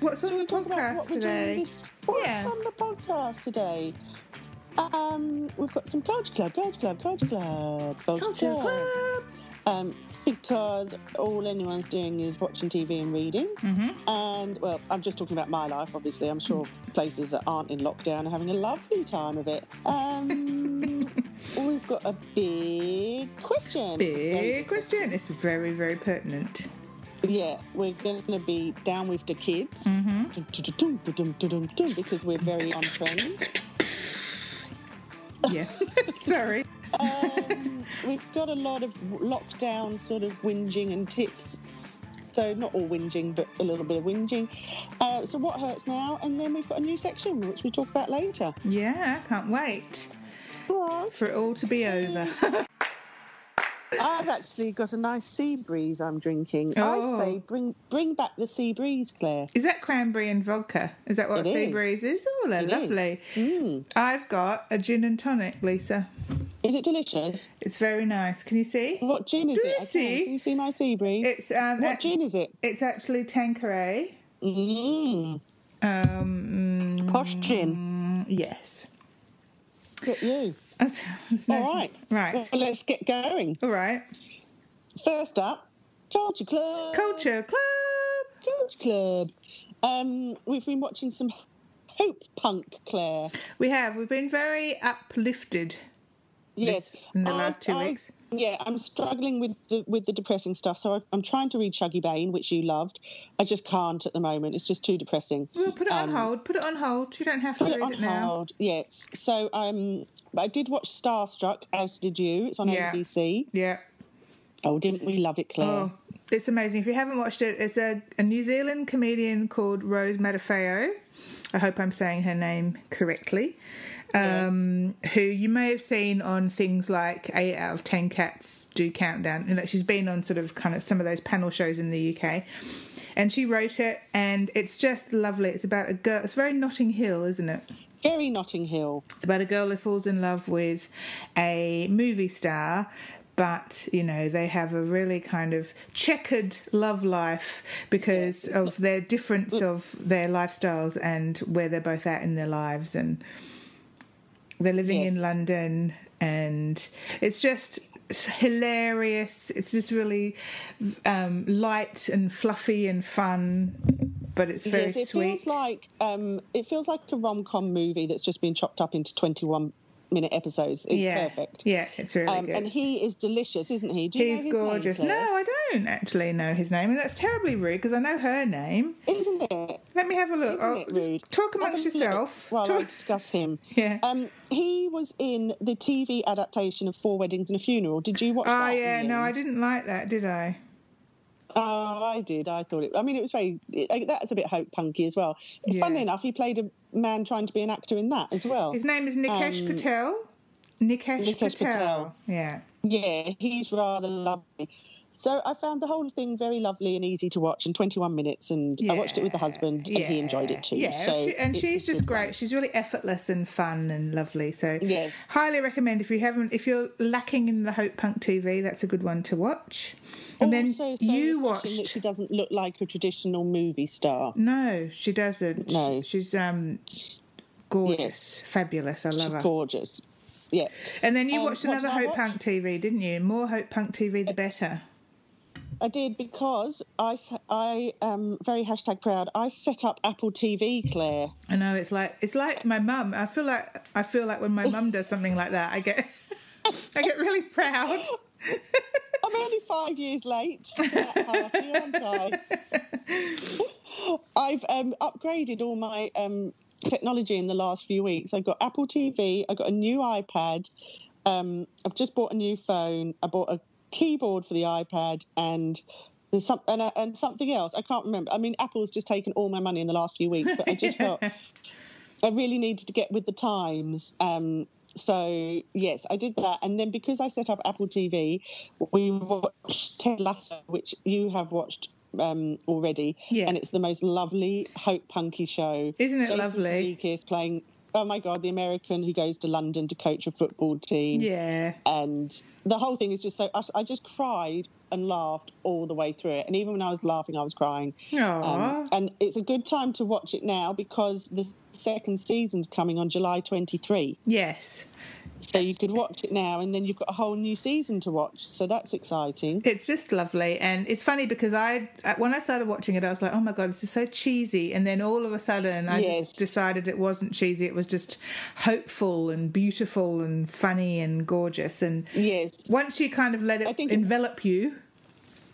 going to talk about what podcast we're today. doing this what's Yeah. on the podcast today. Um, we've got some culture club, culture club, culture club, culture, Culture club. Club. Um, because all anyone's doing is watching TV and reading. Mm-hmm. And well, I'm just talking about my life, obviously. I'm sure places that aren't in lockdown are having a lovely time of it. Um, we've got a big question. It's a very- Big question. It's very, very pertinent. Yeah, we're going to be down with the kids Mm-hmm. Dum, dum, dum, dum, dum, dum, dum, dum, because we're very on trend. Yeah. Sorry. Um, we've got a lot of lockdown sort of whinging and tips. So not all whinging, but a little bit of whinging. Uh, so what hurts now? And then we've got a new section which we talk about later. Yeah, I can't wait Right. for it all to be over. I've actually got a nice sea breeze I'm drinking. Oh. I say bring bring back the sea breeze, Claire. is that cranberry and vodka? Is that what It sea is. breeze is? Oh, they're It is. lovely. Mm. I've got a gin and tonic, Lisa. Is it delicious? It's very nice. Can you see? What gin is Do it? you I see? Can. can you see my sea breeze? It's um, what a- gin is it? It's actually Tanqueray. Mm. Um, Mm-hmm. Posh gin. mm, yes. Look at you. It's no- All right. Right. Well, let's get going. All right. First up, Culture Club. Culture Club. Culture Club. Um, we've been watching some Hope Punk, Claire. We have. We've been very uplifted. Yes, This- in the last two weeks. Yeah, I'm struggling with the with the depressing stuff. So I, I'm trying to read Chuggy Bane, which you loved. I just can't at the moment. It's just too depressing. We'll put it on Um, hold. Put it on hold. You don't have to Put Mm, read it on it now. hold. Yes. So um, but I did watch Starstruck, as did you. It's on Yeah. ABC. Yeah. Oh, didn't we love it, Claire? Oh, it's amazing. If you haven't watched it, it's a, a New Zealand comedian called Rose Matafeo. I hope I'm saying her name correctly. Um, Who you may have seen on things like Eight Out of Ten Cats Do Countdown. And that she's been on sort of kind of some of those panel shows in the UK. And she wrote it, and it's just lovely. It's about a girl. It's very Notting Hill, isn't it? Very Notting Hill. It's about a girl who falls in love with a movie star, but you know they have a really kind of checkered love life because of their difference Mm. of their lifestyles and where they're both at in their lives, and they're living in Yes. London, and it's just it's hilarious. It's just really um, light and fluffy and fun, but it's very yes, it sweet. feels like um, it feels like a rom com movie that's just been chopped up into twenty one minute episodes. It's yeah, perfect. yeah, it's really Um, good. and he is delicious, isn't he? Do you know He's his gorgeous. Name, no, Claire? I don't actually know his name, and that's terribly rude because I know her name. isn't it? Let me have a look. Isn't Oh, it just rude? Talk Have a amongst look yourself. While I Talk- discuss him, Yeah. um, he was in the TV adaptation of Four Weddings and a Funeral. Did you watch? Oh that in yeah, the no, I end? didn't like that, did I? Oh, I did. I thought it. I mean, it was very. It, that's a bit hope punky as well. Yeah. Funnily enough, he played a man trying to be an actor in that as well. His name is Nikesh Um, Patel. Nikesh, Nikesh Patel. Patel. Yeah. Yeah, he's rather lovely. So I found the whole thing very lovely and easy to watch in 21 minutes, and I watched it with the Yeah, husband, and he enjoyed it too. Yeah, so she- and it's she's a just good great. one. She's really effortless and fun and lovely. So Yes. highly recommend if you haven't, if you're lacking in the Hope Punk TV, that's a good one to watch. And also, then so you refreshing that watched. she doesn't look like a traditional movie star. No, she doesn't. No. she's um gorgeous, Yes. fabulous. I love She's her. gorgeous. Yeah. And then you Um, watched what another did I Hope watch? Punk TV, didn't you? More Hope Punk TV, the better. I did because I, s- I am very hashtag proud. I set up Apple TV, Claire. I know it's like it's like my mum. I feel like I feel like when my mum does something like that, I get I get really proud. I'm only five years late to that party, aren't I? I've um, upgraded all my um, technology in the last few weeks. I've got Apple TV, I've got a new iPad, um, I've just bought a new phone, I bought a keyboard for the iPad, and there's some, and, uh, and something else. I can't remember. I mean, Apple's just taken all my money in the last few weeks, but I just felt I really needed to get with the times. Um, so yes, I did that, and then because I set up Apple TV, we watched Ted Lasso, which you have watched um, already, Yeah. and it's the most lovely hope punky show. Isn't it Jason lovely? Sudeikis playing oh my god, the American who goes to London to coach a football team, Yeah. and the whole thing is just so. I, I just cried and laughed all the way through it, and even when I was laughing, I was crying. Aww. Um, and it's a good time to watch it now because the second season's coming on July 23. yes. So you could watch it now, and then you've got a whole new season to watch. So that's exciting. It's just lovely, and it's funny because I when I started watching it, I was like, "Oh my god, this is so cheesy!" And then all of a sudden, I Yes. just decided it wasn't cheesy; it was just hopeful and beautiful and funny and gorgeous. And Yes, once you kind of let it I think it- envelop you,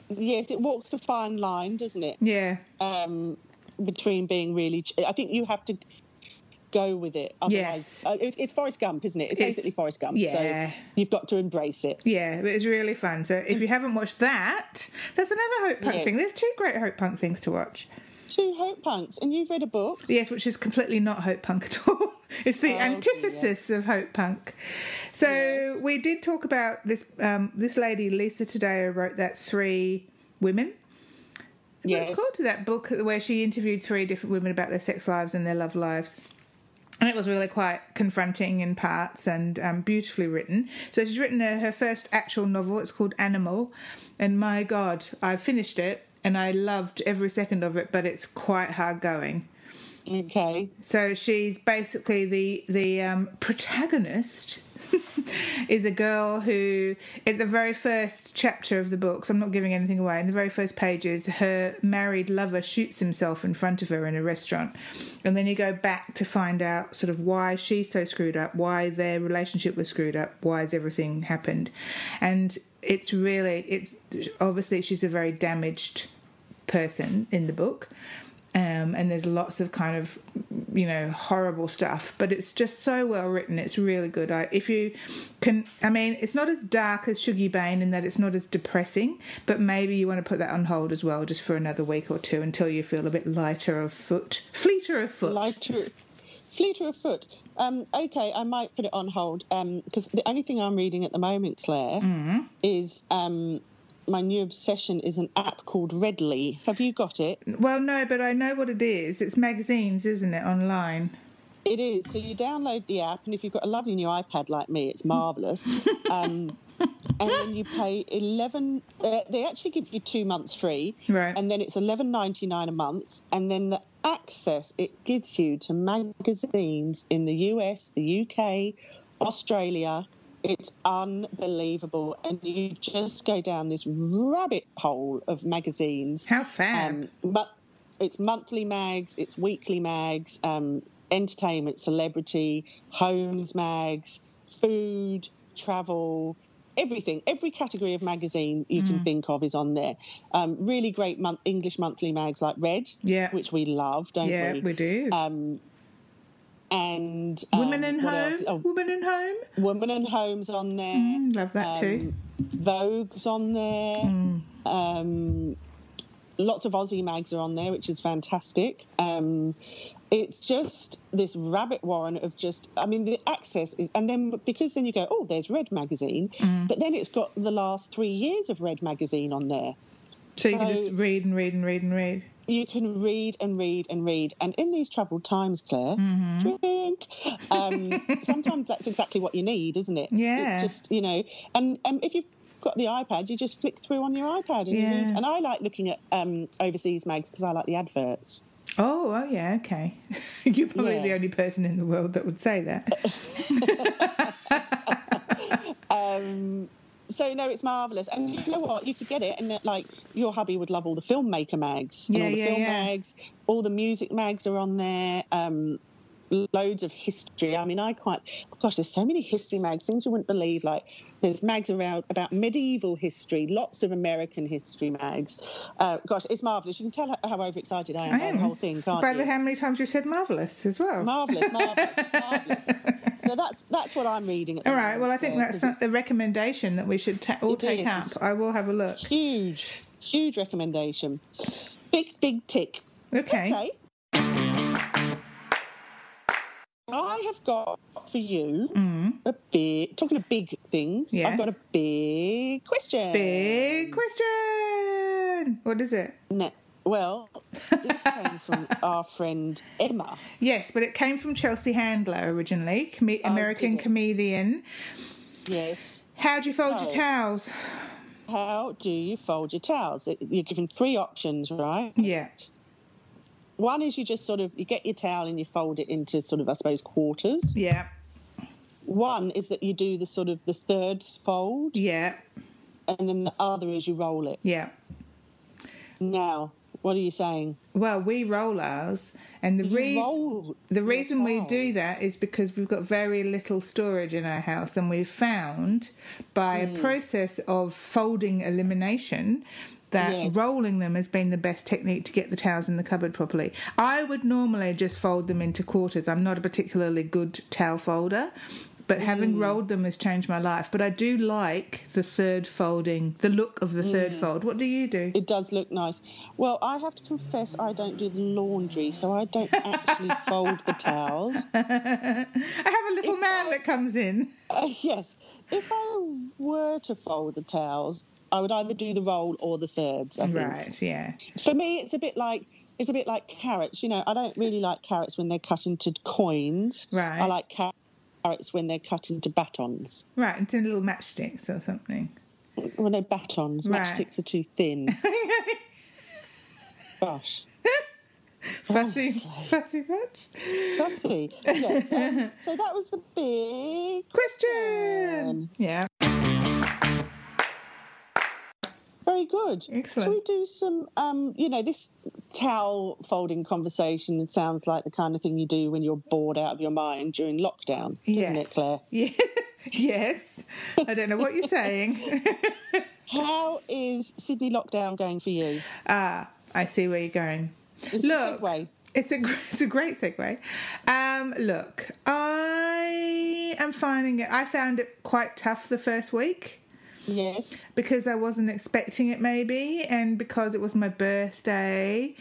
yes, it walks a fine line, doesn't it? yeah, Um, between being really, ch- I think you have to go with it. Yes. Otherwise, uh, it, it's Forrest Gump, isn't it? It's, It's- basically Forrest Gump. yeah. So you've got to embrace it. yeah, it was really fun. So if you haven't watched that, there's another Hope Punk Yes. thing. There's two great Hope Punk things to watch. Two Hope Punks, and you've read a book. Yes, which is completely not hope punk at all. It's the Oh, okay, antithesis of hope punk. So Yes. we did talk about this. Um, this lady, Lisa Tadeo, wrote that three women. Yes. Yes. It's called that book where she interviewed three different women about their sex lives and their love lives. And it was really quite confronting in parts and um, beautifully written. So she's written her, her first actual novel. It's called Animal. And my God, I finished it and I loved every second of it, but it's quite hard going. Okay. So she's basically the the um, protagonist is a girl who, in the very first chapter of the book, so I'm not giving anything away. In the very first pages, her married lover shoots himself in front of her in a restaurant, and then you go back to find out sort of why she's so screwed up, why their relationship was screwed up, why has everything happened, and it's really it's obviously she's a very damaged person in the book. Um, and there's lots of kind of, you know, horrible stuff, but it's just so well written. It's really good. I, if you can, I mean, it's not as dark as Shuggy Bane in that it's not as depressing, but maybe you want to put that on hold as well, just for another week or two until you feel a bit lighter of foot, fleeter of foot. Lighter, fleeter of foot. Um, okay, I might put it on hold because the only thing I'm reading at the moment, Claire, Mm-hmm. is um, my new obsession is an app called Redly. Have you got it? Well, no, but I know what it is. It's magazines, isn't it, online? It is. So you download the app, and if you've got a lovely new iPad like me, it's marvelous. um, and then you pay eleven. Uh, they actually give you two months free, Right. And then it's eleven ninety nine a month, and then the access it gives you to magazines in the US, the UK, Australia. It's unbelievable, and you just go down this rabbit hole of magazines. How fab. Um, but it's monthly mags, it's weekly mags, um, entertainment, celebrity, homes mags, food, travel, everything. Every category of magazine you Mm. can think of is on there. Um, really great month English monthly mags like Red, Yeah. which we love, don't yeah, we? we do. Um, and um, Women in what Home. else? Oh, Women in Home. Woman and Homes on there. Mm, love that Um, too. Hmm. Vogue's on there. Um, lots of Aussie mags are on there, which is fantastic. Um, it's just this rabbit warren of just, I mean, the access is, and then because then you go, oh, there's Red Magazine, Hmm. but then it's got the last three years of Red Magazine on there. So you can So- just read and read and read and read. You can read and read and read. And in these troubled times, Claire, Mm-hmm. drink. Um, sometimes that's exactly what you need, isn't it? Yeah. It's just, you know, and um, if you've got the iPad, you just flick through on your iPad. And, Yeah. you read. and I like looking at um, overseas mags because I like the adverts. Oh, oh yeah, okay. You're probably Yeah. the only person in the world that would say that. Um, so no, it's marvelous, and you know what? You could get it, and that, like your hubby would love all the filmmaker mags, and Yeah, all the yeah, film yeah. mags, all the music mags are on there. Um, loads of history. I mean, I quite gosh, there's so many history mags, things you wouldn't believe. Like there's mags around about medieval history, lots of American history mags. Uh, gosh, it's marvelous. You can tell how- how overexcited I am by the whole thing, can't Oh, By you? the how many times you said marvelous as well. marvelous, marvelous, it's marvelous. So that's that's what I'm reading. At the all right. Well, I moment, think uh, 'cause that's not it's- the recommendation that we should ta- all It take is. up. I will have a look. huge, huge recommendation. Big, big tick. Okay. Okay. I have got for you a big, talking of big things, Mm. Yes. I've got a big question. Big question. What is it? Ne- Well, this came from our friend Emma. Yes, but it came from Chelsea Handler originally, com- American Oh, did it? comedian. Yes. How do you fold your Oh. towels? How do you fold your towels? It- You're given three options, right? Yeah. One is you just sort of you get your towel and you fold it into sort of I suppose quarters. Yeah. One is that you do the sort of the thirds fold, Yeah. and then the other is you roll it. Yeah. Now, what are you saying? Well, we roll ours, and the You reason roll the your reason we do towels. that is because we've got very little storage in our house, and we've found by a process of folding elimination that Yes. rolling them has been the best technique to get the towels in the cupboard properly. I would normally just fold them into quarters. I'm not a particularly good towel folder. But having rolled them has changed my life. But I do like the third folding, the look of the third fold. What do you do? It does look nice. Well, I have to confess I don't do the laundry, so I don't actually fold the towels. I have a little man that comes in. Uh, yes, if I were to fold the towels, I would either do the roll or the thirds. I think. Right, yeah. For me, it's a bit like it's a bit like carrots. You know, I don't really like carrots when they're cut into coins. Right. I like ca- carrots when they're cut into batons. Right, into little matchsticks or something. Well, no batons. Right. Matchsticks are too thin. Gosh. Oh, Fussy, sorry. fussy match. Trust me. Yeah, so, so that was the big Question. Yeah. Very good. Excellent. Shall we do some, um, you know, this towel folding conversation sounds like the kind of thing you do when you're bored out of your mind during lockdown, doesn't yes. it, Claire? Yeah. yes. I don't know what you're saying. How is Sydney lockdown going for you? ah, I see where you're going. It's a Look, segue. It's a gr- it's a great segue. Um, look, I am finding it. I found it quite tough the first week. Yes. because I wasn't expecting it maybe and because it was my birthday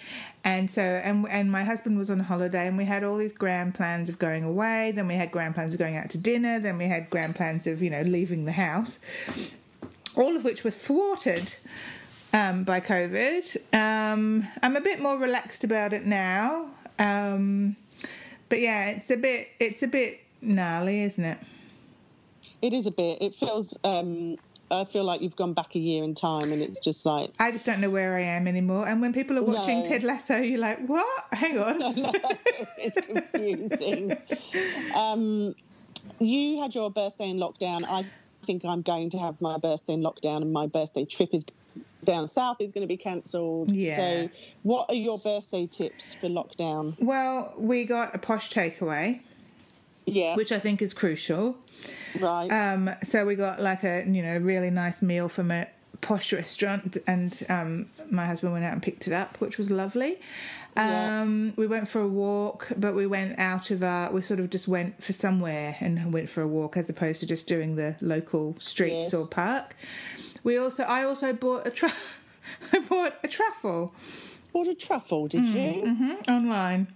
and so and and my husband was on holiday and we had all these grand plans of going away then we had grand plans of going out to dinner then we had grand plans of you know leaving the house all of which were thwarted um, by COVID. Um, I'm a bit more relaxed about it now, um, but yeah, it's a bit it's a bit gnarly, isn't it? It is a bit. It feels, um, I feel like you've gone back a year in time and it's just like, I just don't know where I am anymore. And when people are watching No. Ted Lasso, you're like, what? Hang on. it's confusing. um, you had your birthday in lockdown. I think I'm going to have my birthday in lockdown, and my birthday trip is down south is going to be cancelled. Yeah. So, what are your birthday tips for lockdown? Well, we got a posh takeaway, Yeah, which I think is crucial. right. Um, so we got like a you know really nice meal from a posh restaurant, and um, my husband went out and picked it up, which was lovely. Yeah. Um, We went for a walk, but we went out of our. We sort of just went for somewhere and went for a walk, as opposed to just doing the local streets Yes. or park. We also, I also bought a tra- I bought a truffle what a truffle, did you? online.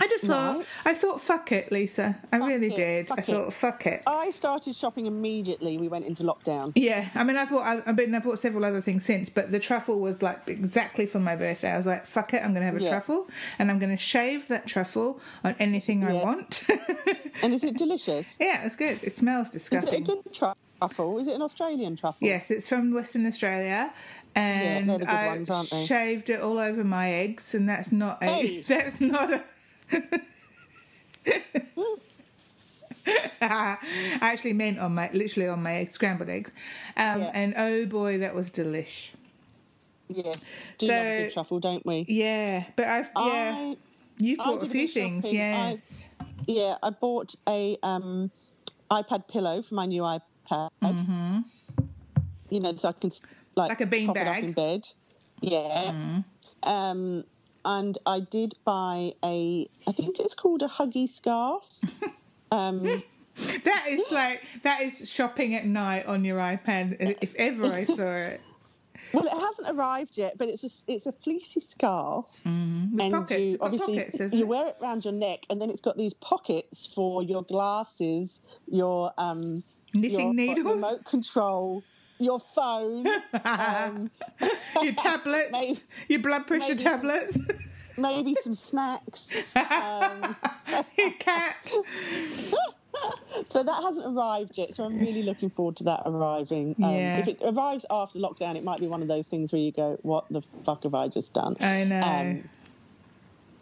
I just thought, Right. I thought, fuck it, Lisa. I really it, did. fuck I it. thought, fuck it. I started shopping immediately. We went into lockdown. Yeah, I mean, I bought. I- I've been. I bought several other things since, but the truffle was like exactly for my birthday. I was like, "Fuck it, I'm going to have a Yeah. truffle, and I'm going to shave that truffle on anything I Yeah. want." And is it delicious? yeah, it's good. It smells Is it a disgusting. good truffle? Is it an Australian truffle? yes, it's from Western Australia, and they're the good I ones, aren't they? shaved it all over my eggs, and that's not a. Hey. That's not a. I actually meant on my literally on my eggs, scrambled eggs, um, Yeah. and oh boy, that was delish. Yes. Do So- love a good truffle, don't we? Yeah, but I've yeah. I You've I bought a did a few bit of things, shopping. I- yes. Yeah, I bought a um, iPad pillow for my new iPad. You know, so I can Mm-hmm. like Like a bean prop it up bag. Mm-hmm. in bed. Yeah. Um, and I did buy a. I think it's called a Huggy scarf. um, That is like that is shopping at night on your iPad. If ever I saw it, well, it hasn't arrived yet, but it's a it's a fleecy scarf, with and Mm-hmm. pockets. you It's got obviously pockets, isn't you it? wear it round your neck, and then it's got these pockets for your glasses, your um, Knitting your needles. remote control. your phone, um, your tablets, Maybe- your blood pressure maybe- tablets, maybe some snacks. Um, your cat. so that hasn't arrived yet. So I'm really looking forward to that arriving. Um, Yeah. If it arrives after lockdown, it might be one of those things where you go, "What the fuck have I just done?" I know. Um,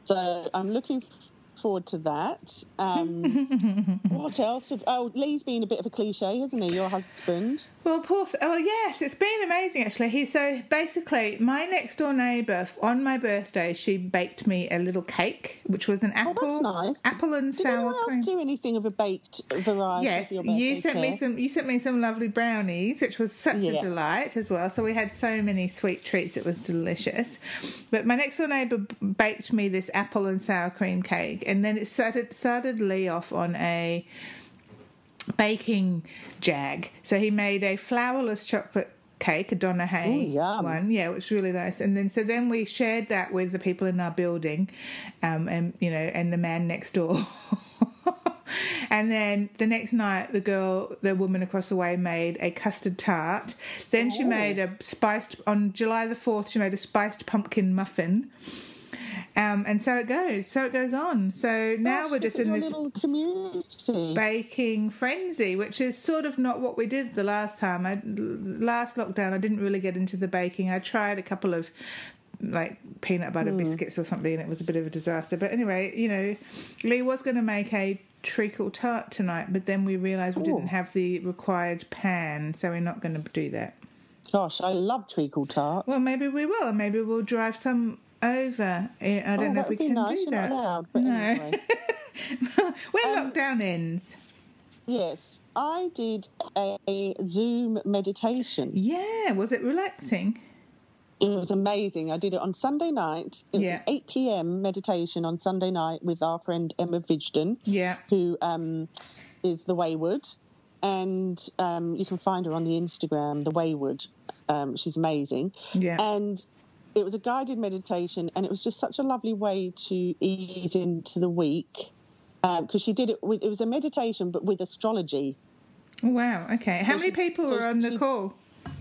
so I'm looking f- forward to that. Um, what else? Have, oh, Lee's been a bit of a cliche, hasn't he? Your husband. Well, poor. Th- oh, yes, it's been amazing actually. He so basically, my next door neighbour on my birthday, she baked me a little cake, which was an apple, Oh, that's nice. apple and Did sour anyone else cream. do anything of a baked variety? Yes, for your birthday you sent me cake? some. You sent me some lovely brownies, which was such a Yeah. delight as well. So we had so many sweet treats; it was delicious. But my next door neighbour b- baked me this apple and sour cream cake, and then it started started Lee off on a baking jag. So he made a flourless chocolate cake, a Donna Hay Ooh, yum. one. Yeah, it was really nice. And then so then we shared that with the people in our building, um, and you know, and the man next door. And then the next night, the girl, the woman across the way, made a custard tart. Then she made a spiced, on July the 4th, she made a spiced pumpkin muffin. Um, and so it goes, so it goes on. So now we're Gosh, look just at in your this little community. baking frenzy, which is sort of not what we did the last time. I last lockdown, I didn't really get into the baking. I tried a couple of like peanut Mm. butter biscuits or something, and it was a bit of a disaster. But anyway, you know, Lee was going to make a treacle tart tonight, but then we realised we didn't Ooh. have the required pan, so we're not going to do that. Gosh, I love treacle tart. Well, maybe we will. Maybe we'll drive some over. I I don't oh, know that if we would be can nice. do You're that. not allowed, but No. anyway. when Um, lockdown ends. Yes, I did a Zoom meditation. Yeah, was it relaxing? It was amazing. I did it on Sunday night. It was Yeah. an 8 p.m. meditation on Sunday night with our friend Emma Vigden, Yeah. who um, is the Wayward. And um, you can find her on the Instagram, the Wayward. Um, she's amazing. Yeah. And it was a guided meditation, and it was just such a lovely way to ease into the week. Because she did it with, it was a meditation, but with astrology. Oh, Wow. Okay. How So many she- people so were on the she- call?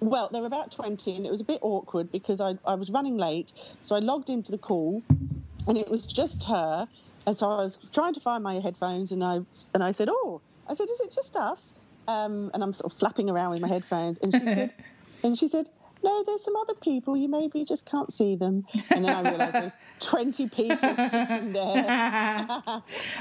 Well, there were about 20, and it was a bit awkward because I, I was running late. So I logged into the call, and it was just her. And so I was trying to find my headphones, and I and I said, "Oh," I said, "Is it just us?" Um, and I'm sort of flapping around with my headphones, and she said, "And she said." No, there's some other people. You maybe just can't see them. And then I realised there's 20 people sitting there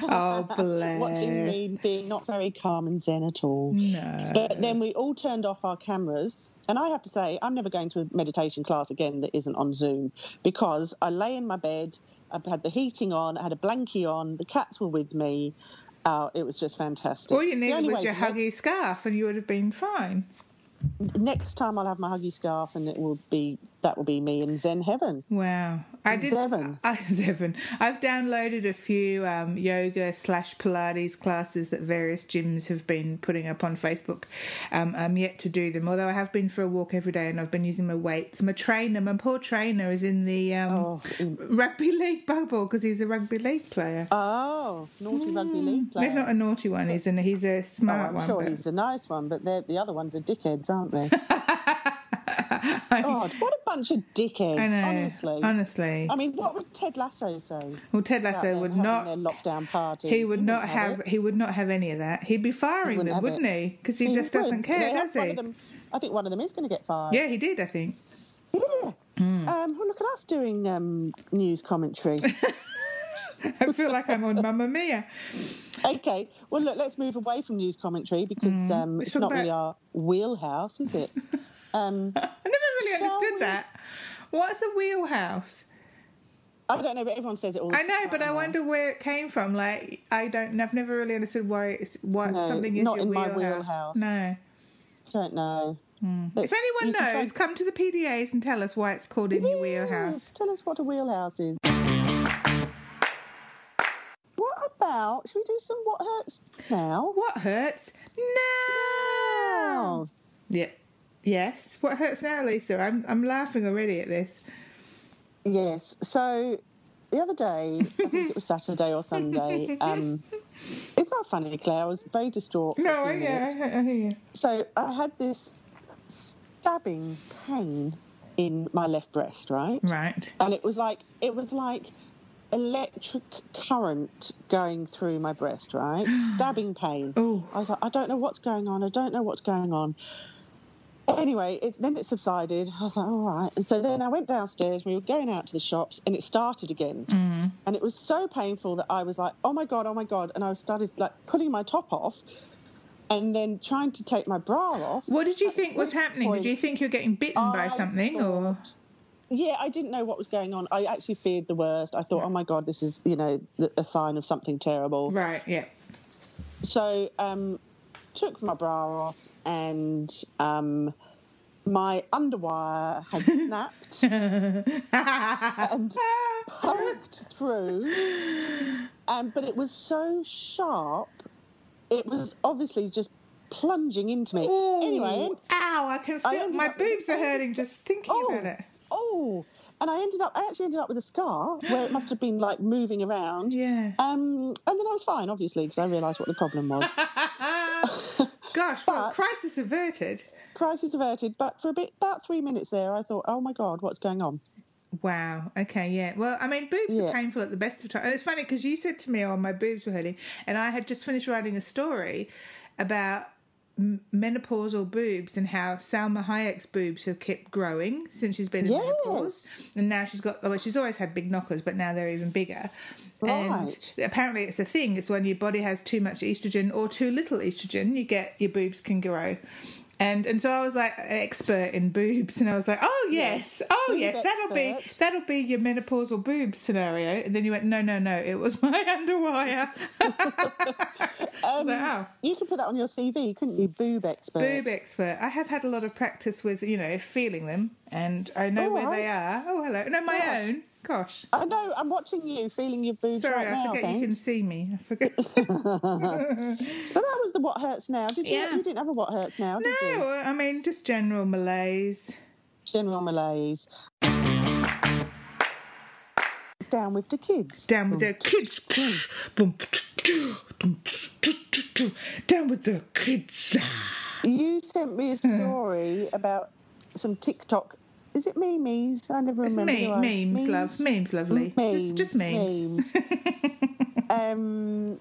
Oh, bless. watching me being not very calm and zen at all. No. But then we all turned off our cameras. And I have to say, I'm never going to a meditation class again that isn't on Zoom because I lay in my bed, I had the heating on, I had a blankie on, the cats were with me. Uh, it was just fantastic. All you The needed only was way your to make- huggy scarf, and you would have been fine. Next time I'll have my huggy scarf and it will be that will be me in Zen heaven. Wow. I did. Seven. I, seven. I've downloaded a few um, yoga slash Pilates classes that various gyms have been putting up on Facebook. Um, I'm yet to do them, although I have been for a walk every day, and I've been using my weights. My trainer, my poor trainer, is in the um, Oh, in- rugby league bubble because he's a rugby league player. Oh, naughty rugby league player. He's Mm, Hmm. not a naughty one. He's a he's a Oh, smart I'm one. sure but- he's a nice one, but they're- the other ones are dickheads, aren't they? God, what a bunch of dickheads, I know. honestly. honestly. I mean, what would Ted Lasso say? well, Ted Lasso about would them not. having their lockdown party. He would not have. He would not have any of that. He'd be firing wouldn't them, have wouldn't he? Because he, just doesn't care, does One he? of them, I think one of them is going to get fired. Yeah, Hmm. he did. I think. Yeah. Um, well, look at us doing um, news commentary. I feel like I'm on Mamma Mia. okay. Well, look, let's move away from news commentary because um, Hmm. Let's it's talk not really about- our wheelhouse, is it? Um, I never really Shall understood we? that. What's a wheelhouse? I don't know, but everyone says it all the I time. know, but I now. wonder where it came from. Like, I don't. I've never really understood why it's why No, something is not your in my wheelhouse. wheelhouse. No. don't know. Hmm. If anyone you can knows, come to the PDAs and tell us why it's called in your wheelhouse. Yes, Tell us what a wheelhouse is. What about? Should we do some what hurts now? What hurts now? Wow. Yeah. Yes. What hurts now, Lisa? I'm I'm laughing already at this. Yes. So the other day, I think it was Saturday or Sunday. Um, it's not funny, Claire. I was very distraught. For a No, few I, minutes. yeah, I, I hear you. So I had this stabbing pain in my left breast, right? Right. And it was like it was like electric current going through my breast, right? stabbing pain. Ooh. I was like, I don't know what's going on. I don't know what's going on. Anyway, it, then it subsided. I was like, all right. And so then I went downstairs. We were going out to the shops, and it started again. Mm. Hmm. And it was so painful that I was like, oh my god, oh my god, and I started like pulling my top off, and then trying to take my bra off. What did you think was happening? Did you think you're getting bitten by I something or yeah, I didn't know what was going on. I actually feared the worst. I thought, oh my god, this is you know th- a sign of something terrible. right? Yeah. So um, took my bra off, and um, my underwire had snapped and poked through. Um, but it was so sharp, it was obviously just plunging into me. Anyway, Ooh, ow! I can I feel ended my up- boobs are hurting just thinking oh, about it. oh, and I ended up. I actually ended up with a scar where it must have been like moving around. Yeah. Um, and then I was fine, obviously, because I realised what the problem was. Gosh, well, But- crisis averted. Crisis averted, but for a bit, about three minutes there, I thought, oh my god, what's going on? Wow. Okay. Yeah. Well, I mean, boobs are Yeah. painful at the best of times. And it's funny because you said to me, "Oh, my boobs were hurting," and I had just finished writing a story about m- menopausal boobs and how Salma Hayek's boobs have kept growing since she's been in Yes. menopause, and now she's got. Well, she's always had big knockers, but now they're even bigger. Right. And apparently, it's a thing. It's when your body has too much estrogen or too little estrogen, you get your boobs can grow. And and so I was like an expert in boobs, and I was like, oh yes, oh Boob yes, that'll be expert. that'll be your menopausal boob scenario. And then you went, no, no, no, it was my underwire. I was like, oh, Um, You could put that on your CV, couldn't you? Boob expert. boob expert. I have had a lot of practice with, you know, feeling them, and I know where they are. Alright. Oh, hello. No, my Gosh. own. Gosh. I know. I'm watching you, feeling your boobs Sorry, right I now. forget you can thanks. see me. I forget. So that was the what hurts now. Did you? Yeah. You didn't have a what hurts now, did you? no, I mean just general malaise. General malaise. Down with the kids. Down with the kids. Down with the kids. You sent me a story about some TikTok. Is it memes? I never It's remember. me, do I? memes, love. Memes, lovely. just, just memes. memes. um,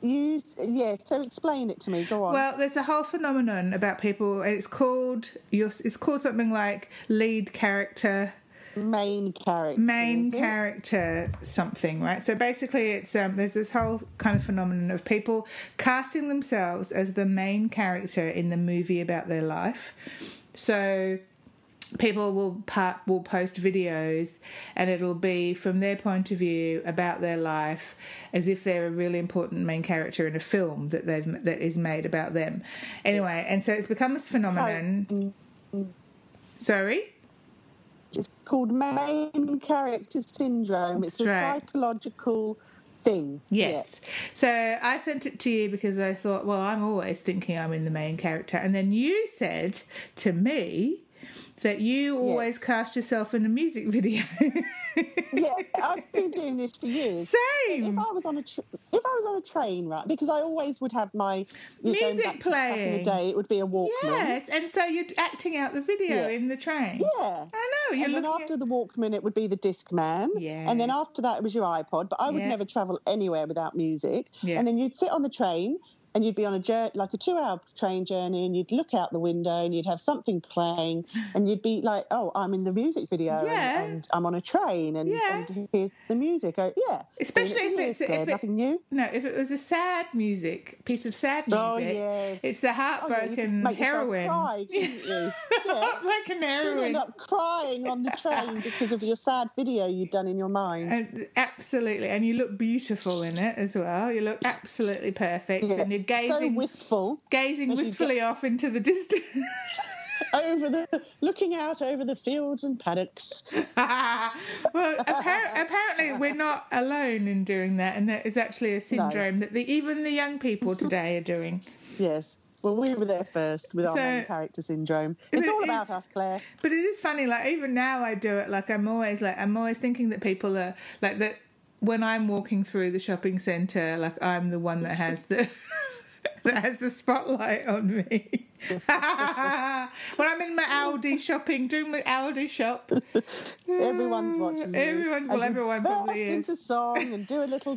you, yeah. So explain it to me. Go on. Well, there's a whole phenomenon about people. It's called your. It's called something like lead character, main character. main is it? character, something, right? So basically, it's um, there's this whole kind of phenomenon of people casting themselves as the main character in the movie about their life. So people will part, will post videos and it'll be from their point of view about their life as if they're a really important main character in a film that they've that is made about them anyway and so it's become this phenomenon sorry It's called main character syndrome. It's a That's right. psychological thing. Yes. So I sent it to you because I thought, well, I'm always thinking I'm in the main character. And then you said to me that you always Yes. cast yourself in a music video. Yeah. yeah. I've been doing this for years. if Same. I was on a tr if I was on a train, right? Because I always would have my you know, going Music back to Back in playing. the day, it would be a Walkman. Yes. And so you're acting out the video Yeah. in the train. Yeah. I know. You're and then looking after the Walkman, it would be the Discman. Yeah. And then after that, it was your iPod. But I would Yeah. never travel anywhere without music. Yeah. And then you'd sit on the train and you'd be on a jour- like a two hour train journey and you'd look out the window and you'd have something playing and you'd be like, oh, I'm in the music video and- Yeah. and, I'm on a train and, Yeah. and here's the music. Oh, yeah. Doing it Especially for if years, it's- if Claire, it- nothing new. No, if it was a sad music, piece of sad music, Oh, yes. it's the Oh, yeah, you could heartbroken make yourself heroin. Cry, couldn't you? Yeah. heartbroken You'd heroin. end up crying on the train because of your sad video you'd done in your mind. And absolutely, and you look beautiful in it as well. You look absolutely perfect, Yeah. and you're gazing, so wistful gazing as you wistfully off into the distance. over the looking out over the fields and paddocks. well, appar- apparently we're not alone in doing that, and that is actually a syndrome that the, even the young people today are doing. Yes. Well, we were there first with our So- main character syndrome. It's it all is- about us, Claire. But it is funny, like even now I do it. Like I'm always like I'm always thinking that people are like that when I'm walking through the shopping centre, like I'm the one that has the that has the spotlight on me. when I'm in my Aldi shopping, doing my Aldi shop, Everyone's watching. you Everyone- as well, you everyone burst probably is. into song and do a little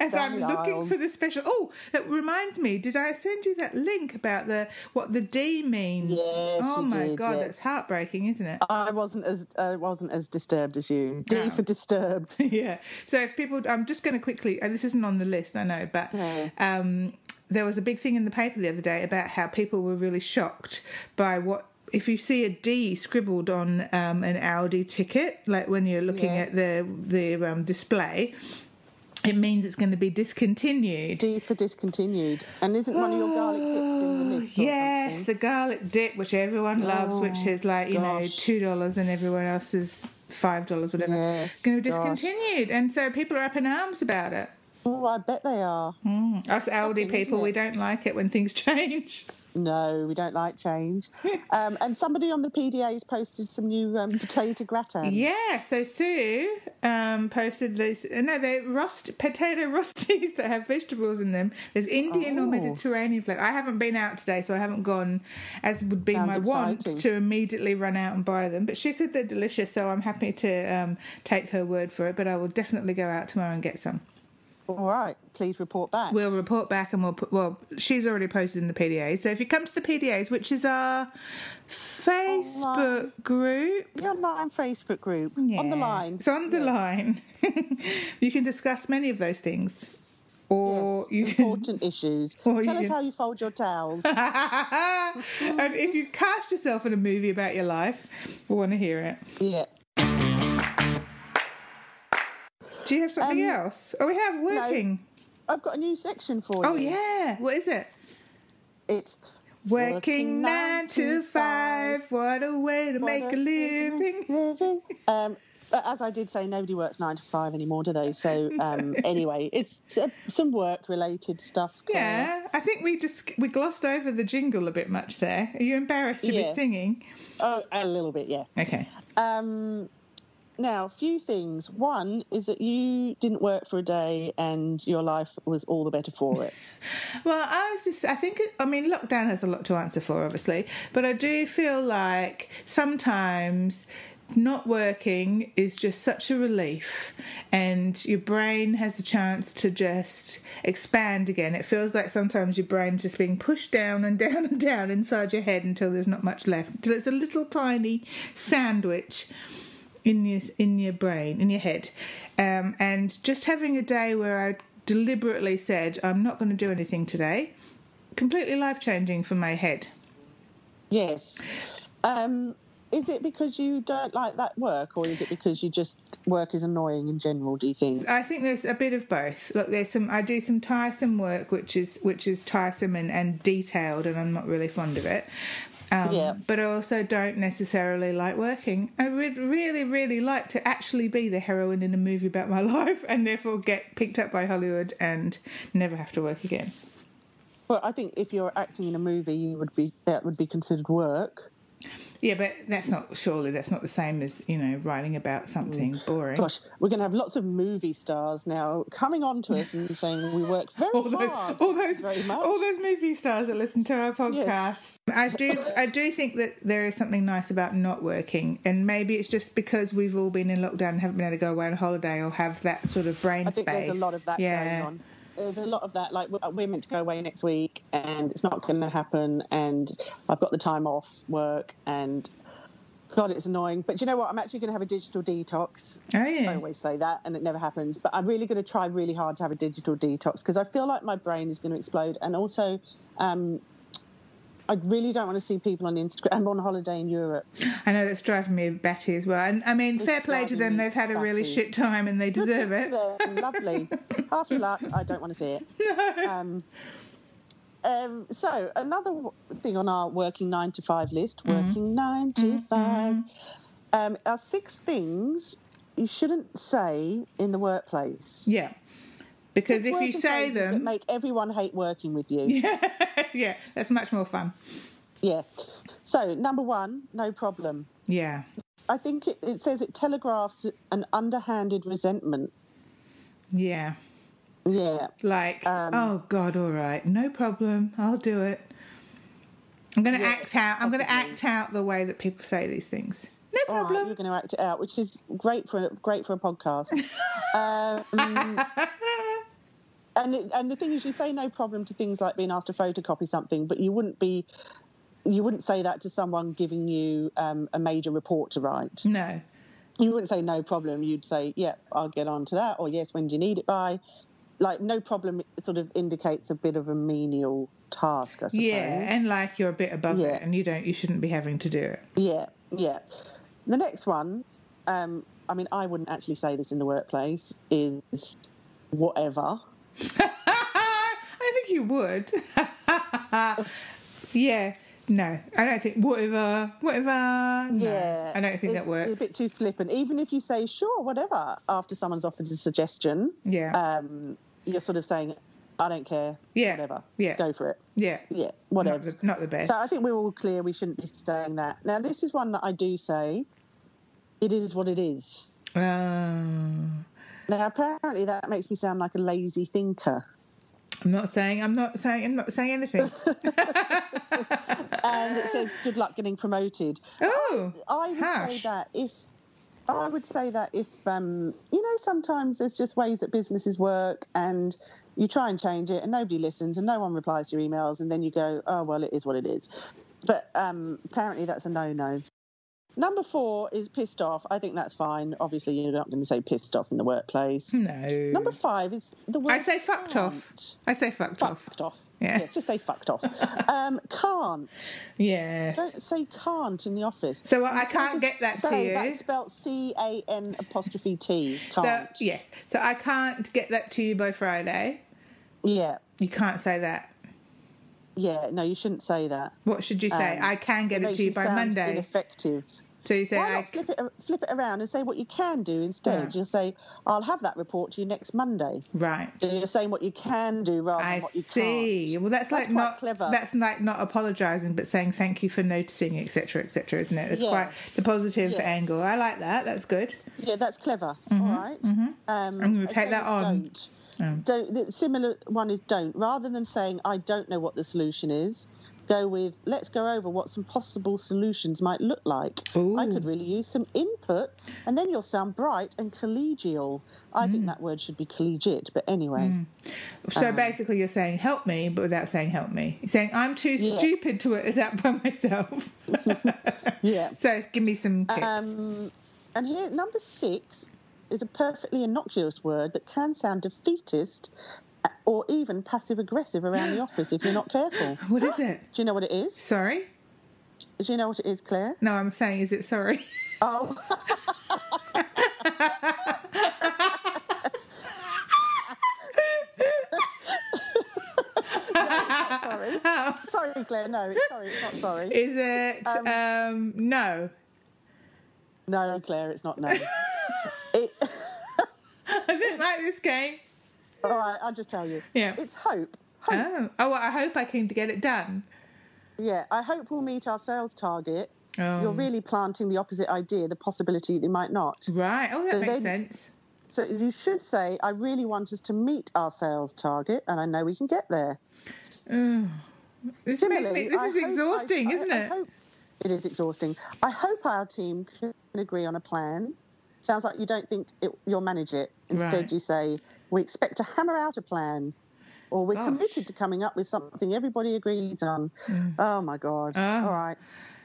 as down I'm the looking aisles. for the special. Oh, it reminds me. Did I send you that link about the what the D means? Yes, Oh you my did, god, yeah. that's heartbreaking, isn't it? I wasn't as I wasn't as disturbed as you. D No. for disturbed. yeah. So if people, I'm just going to quickly, and this isn't on the list, I know, but No. um, there was a big thing in the paper the other day about how people were really shocked by what. If you see a D scribbled on um, an Aldi ticket, like when you're looking Yes. at the the um, display, it means it's going to be discontinued. D for discontinued. And isn't one of your garlic dips in the list? or Yes, something? the garlic dip, which everyone loves, which is like you know Oh, gosh. two dollars, and everyone else is five dollars, whatever. Yes, going to be gosh. discontinued, and so people are up in arms about it. Oh, I bet they are. Mm. Us Aldi shocking, isn't people, we it? don't like it when things change. No, we don't like change. um, and somebody on the PDA's posted some new um, potato gratin. Yeah, so Sue um, posted those. uh, No, they're rost potato rosties that have vegetables in them. There's Indian or Oh. Mediterranean flavour. I haven't been out today, so I haven't gone, as would be Sounds my exciting. want, to immediately run out and buy them. But she said they're delicious, so I'm happy to um, take her word for it. But I will definitely go out tomorrow and get some. All right, please report back. We'll report back and we'll put. Well, she's already posted in the PDAs. So if you come to the PDAs, which is our Facebook group, The online Facebook group on the Yeah. line. It's on the line. you can discuss many of those things, or Yes, you can. important issues. Or Tell you us can- how you fold your towels. and if you've cast yourself in a movie about your life, we want to hear it. yeah. Do you have something Um, else? Oh, we have working. I've got a new section for Oh you. yeah. What is it? It's Working, nine, to five. What a way to make a living. living. Um, but as I did say, nobody works nine to five anymore, do they? So um, anyway, it's uh, some work-related stuff. Claire. Yeah, I think we just we glossed over the jingle a bit much there. Are you embarrassed to be Yeah. singing? Oh, a little bit, yeah. Okay. Um, now, a few things. One is that you didn't work for a day, and your life was all the better for it. Well, I was just, I think, I mean, lockdown has a lot to answer for, obviously, but I do feel like sometimes not working is just such a relief and your brain has the chance to just expand again. It feels like sometimes your brain's just being pushed down and down and down inside your head until there's not much left, until it's a little tiny sandwich in your in your brain, in your head, um, and just having a day where I deliberately said I'm not going to do anything today, completely life changing for my head. yes. Um, is it because you don't like that work, or is it because you just work is annoying in general? Do you think? I think there's a bit of both. Look, there's some I do some tiresome work, which is which is tiresome and, and detailed, and I'm not really fond of it. Um, Yeah. But I also don't necessarily like working. I would really, really like to actually be the heroine in a movie about my life, and therefore get picked up by Hollywood and never have to work again. Well, I think if you're acting in a movie, you would be that would be considered work. Yeah, but that's not surely that's not the same as you know writing about something Mm. boring. Gosh, we're going to have lots of movie stars now coming on to us and saying we work very All those, hard. all those, very much. all those movie stars that listen to our podcast. I do, I do think that there is something nice about not working, and maybe it's just because we've all been in lockdown and haven't been able to go away on holiday or have that sort of brain I think space. there's a lot of that yeah. going on. There's a lot of that. Like we're- we're meant to go away next week, and it's not going to happen. And I've got the time off work, and God, it's annoying. But you know what? I'm actually going to have a digital detox. Oh yeah. I always say that, and it never happens. But I'm really going to try really hard to have a digital detox because I feel like my brain is going to explode, and also. Um, I really don't want to see people on Instagram. I'm on holiday in Europe. I know that's driving me batty as well. And I mean, fair play to driving them; me they've had a really batty. shit time and they deserve it. Yeah, lovely. Half your luck. I don't want to see it. Um, um, so another w- thing on our working nine to five list, Mm-hmm. working nine to five, um, are six things you shouldn't say in the workplace. Yeah, because Six if you words and say phrases that them, make everyone hate working with you. yeah, that's much more fun. yeah. So number one, no problem. Yeah. I think it, it says it telegraphs an underhanded resentment. Yeah. Yeah. Like, Um, oh God, all right, no problem, I'll do it. I'm going to Yeah, act out. I'm going to possibly. Oh, act out the way that people say these things. No All right, problem. you're going to act it out, which is great for great for a podcast. um, and it, and the thing is, you say no problem to things like being asked to photocopy something, but you wouldn't be you wouldn't say that to someone giving you um, a major report to write. no. You wouldn't say no problem. You'd say, yeah, I'll get on to that, or yes, when do you need it by? Like no problem sort of indicates a bit of a menial task, I suppose. Yeah, and like you're a bit above Yeah. it, and you don't. You shouldn't be having to do it. Yeah, yeah. The next one, um, I mean, I wouldn't actually say this in the workplace, is whatever. I think you would. yeah. No, I don't think whatever, whatever. No, yeah. I don't think it's- that works. It's a bit too flippant. Even if you say, sure, whatever, after someone's offered a suggestion, Yeah. um, you're sort of saying, I don't care, Yeah, whatever, yeah. go for it. yeah, Yeah, whatever. not the, not the best. So I think we're all clear we shouldn't be saying that. Now, this is one that I do say it is what it is. Um, Now, apparently, that makes me sound like a lazy thinker. I'm not saying. I'm not saying. I'm not saying anything. and Um, it says good luck getting promoted. oh, I would harsh. say that if I would say that if um, you know sometimes there's just ways that businesses work and you try and change it and nobody listens and no one replies to your emails and then you go oh well it is what it is. But um, apparently that's a no-no. Number four is pissed off. I think that's fine. Obviously, you're not going to say pissed off in the workplace. No. Number five is the word Hmm. I say fucked off. can't. I say fucked off. Fucked off. Yeah. Yes, just say fucked off. um, can't. Yes. Don't say can't in the office. So I You can't just get that to say you. That's spelled C A N apostrophe T. So Can't. yes. So I can't get that to you by Friday. yeah. You can't say that. Yeah. No, you shouldn't say that. What should you say? Um, I can get it makes to you by sound Monday. Ineffective. so you say Why I not flip it, flip it around and say what you can do instead? Yeah. You'll say, "I'll have that report to you next Monday." right. So you're saying what you can do rather than I what you see. can't. Well, that's, That's like quite not clever. That's like not apologising, but saying thank you for noticing, etc., etc., isn't it? That's Yeah. quite the positive Yeah. angle. I like that. That's good. Yeah, that's clever. All right. Um, Mm-hmm. I'm gonna the take same that as on. Don't. Don't. The similar one is don't. Rather than saying I don't know what the solution is, go with let's go over what some possible solutions might look like. I Ooh. could really use some input, and then you'll sound bright and collegial. I Mm. think that word should be collegiate, but anyway. So Um, basically, you're saying help me, but without saying help me. You're saying I'm too Yeah. stupid to work this out by myself. Yeah. so give me some tips. Um, and here, number six is a perfectly innocuous word that can sound defeatist uh, or even passive aggressive around the office if you're not careful. what is it? Do you know what it is? Sorry? Do you know what it is, Claire? No, I'm saying, is it sorry? Oh. sorry. Oh. Sorry, Claire. No, it's sorry. It's not sorry. Is it um, no? No, Claire, it's not. No. It, I didn't like this game. all right, I'll just tell you. Yeah. It's hope. Hope. Oh, oh well, I hope I can get it done. Yeah, I hope we'll meet our sales target. Oh. You're really planting the opposite idea, the possibility that they might not. Right. Oh, that So makes then- sense. So you should say, I really want us to meet our sales target and I know we can get there. This makes me. Similarly, This I is hope- I- exhausting, I- isn't I it? hope- it is exhausting. I hope our team can agree on a plan. Sounds like you don't think it, you'll manage it. Instead, Right. you say, we expect to hammer out a plan or we're Gosh. committed to coming up with something everybody agrees on. Oh, my God. All right.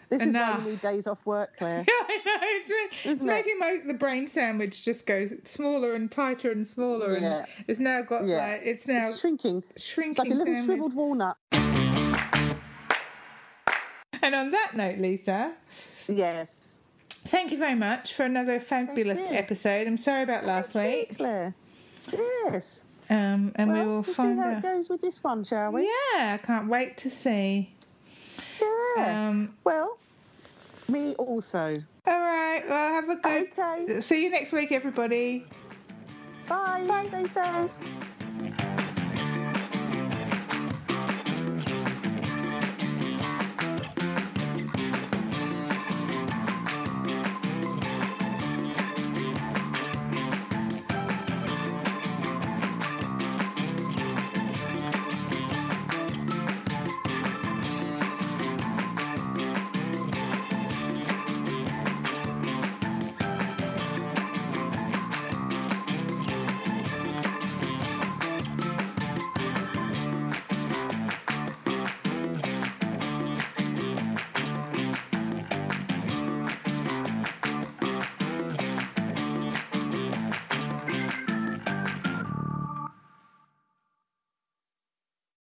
This is Mm. Ah. Enough. why you need days off work, Claire. Yeah, I know. It's, re- it's Isn't it? making my the brain sandwich just go smaller and tighter and smaller, Yeah. and it's now got Yeah. like it's now It's shrinking. shrinking. It's like a little sandwich. shriveled walnut. And on that note, Lisa, Yes. thank you very much for another fabulous you. episode. I'm sorry about last week, Claire. Yes. um, and we Well, will we'll see find how it out. goes with this one, shall we? Yeah, I can't wait to see. Yeah. Um, well, me also. all right. Well, have a good. Okay. See you next week, everybody. Bye. Stay safe.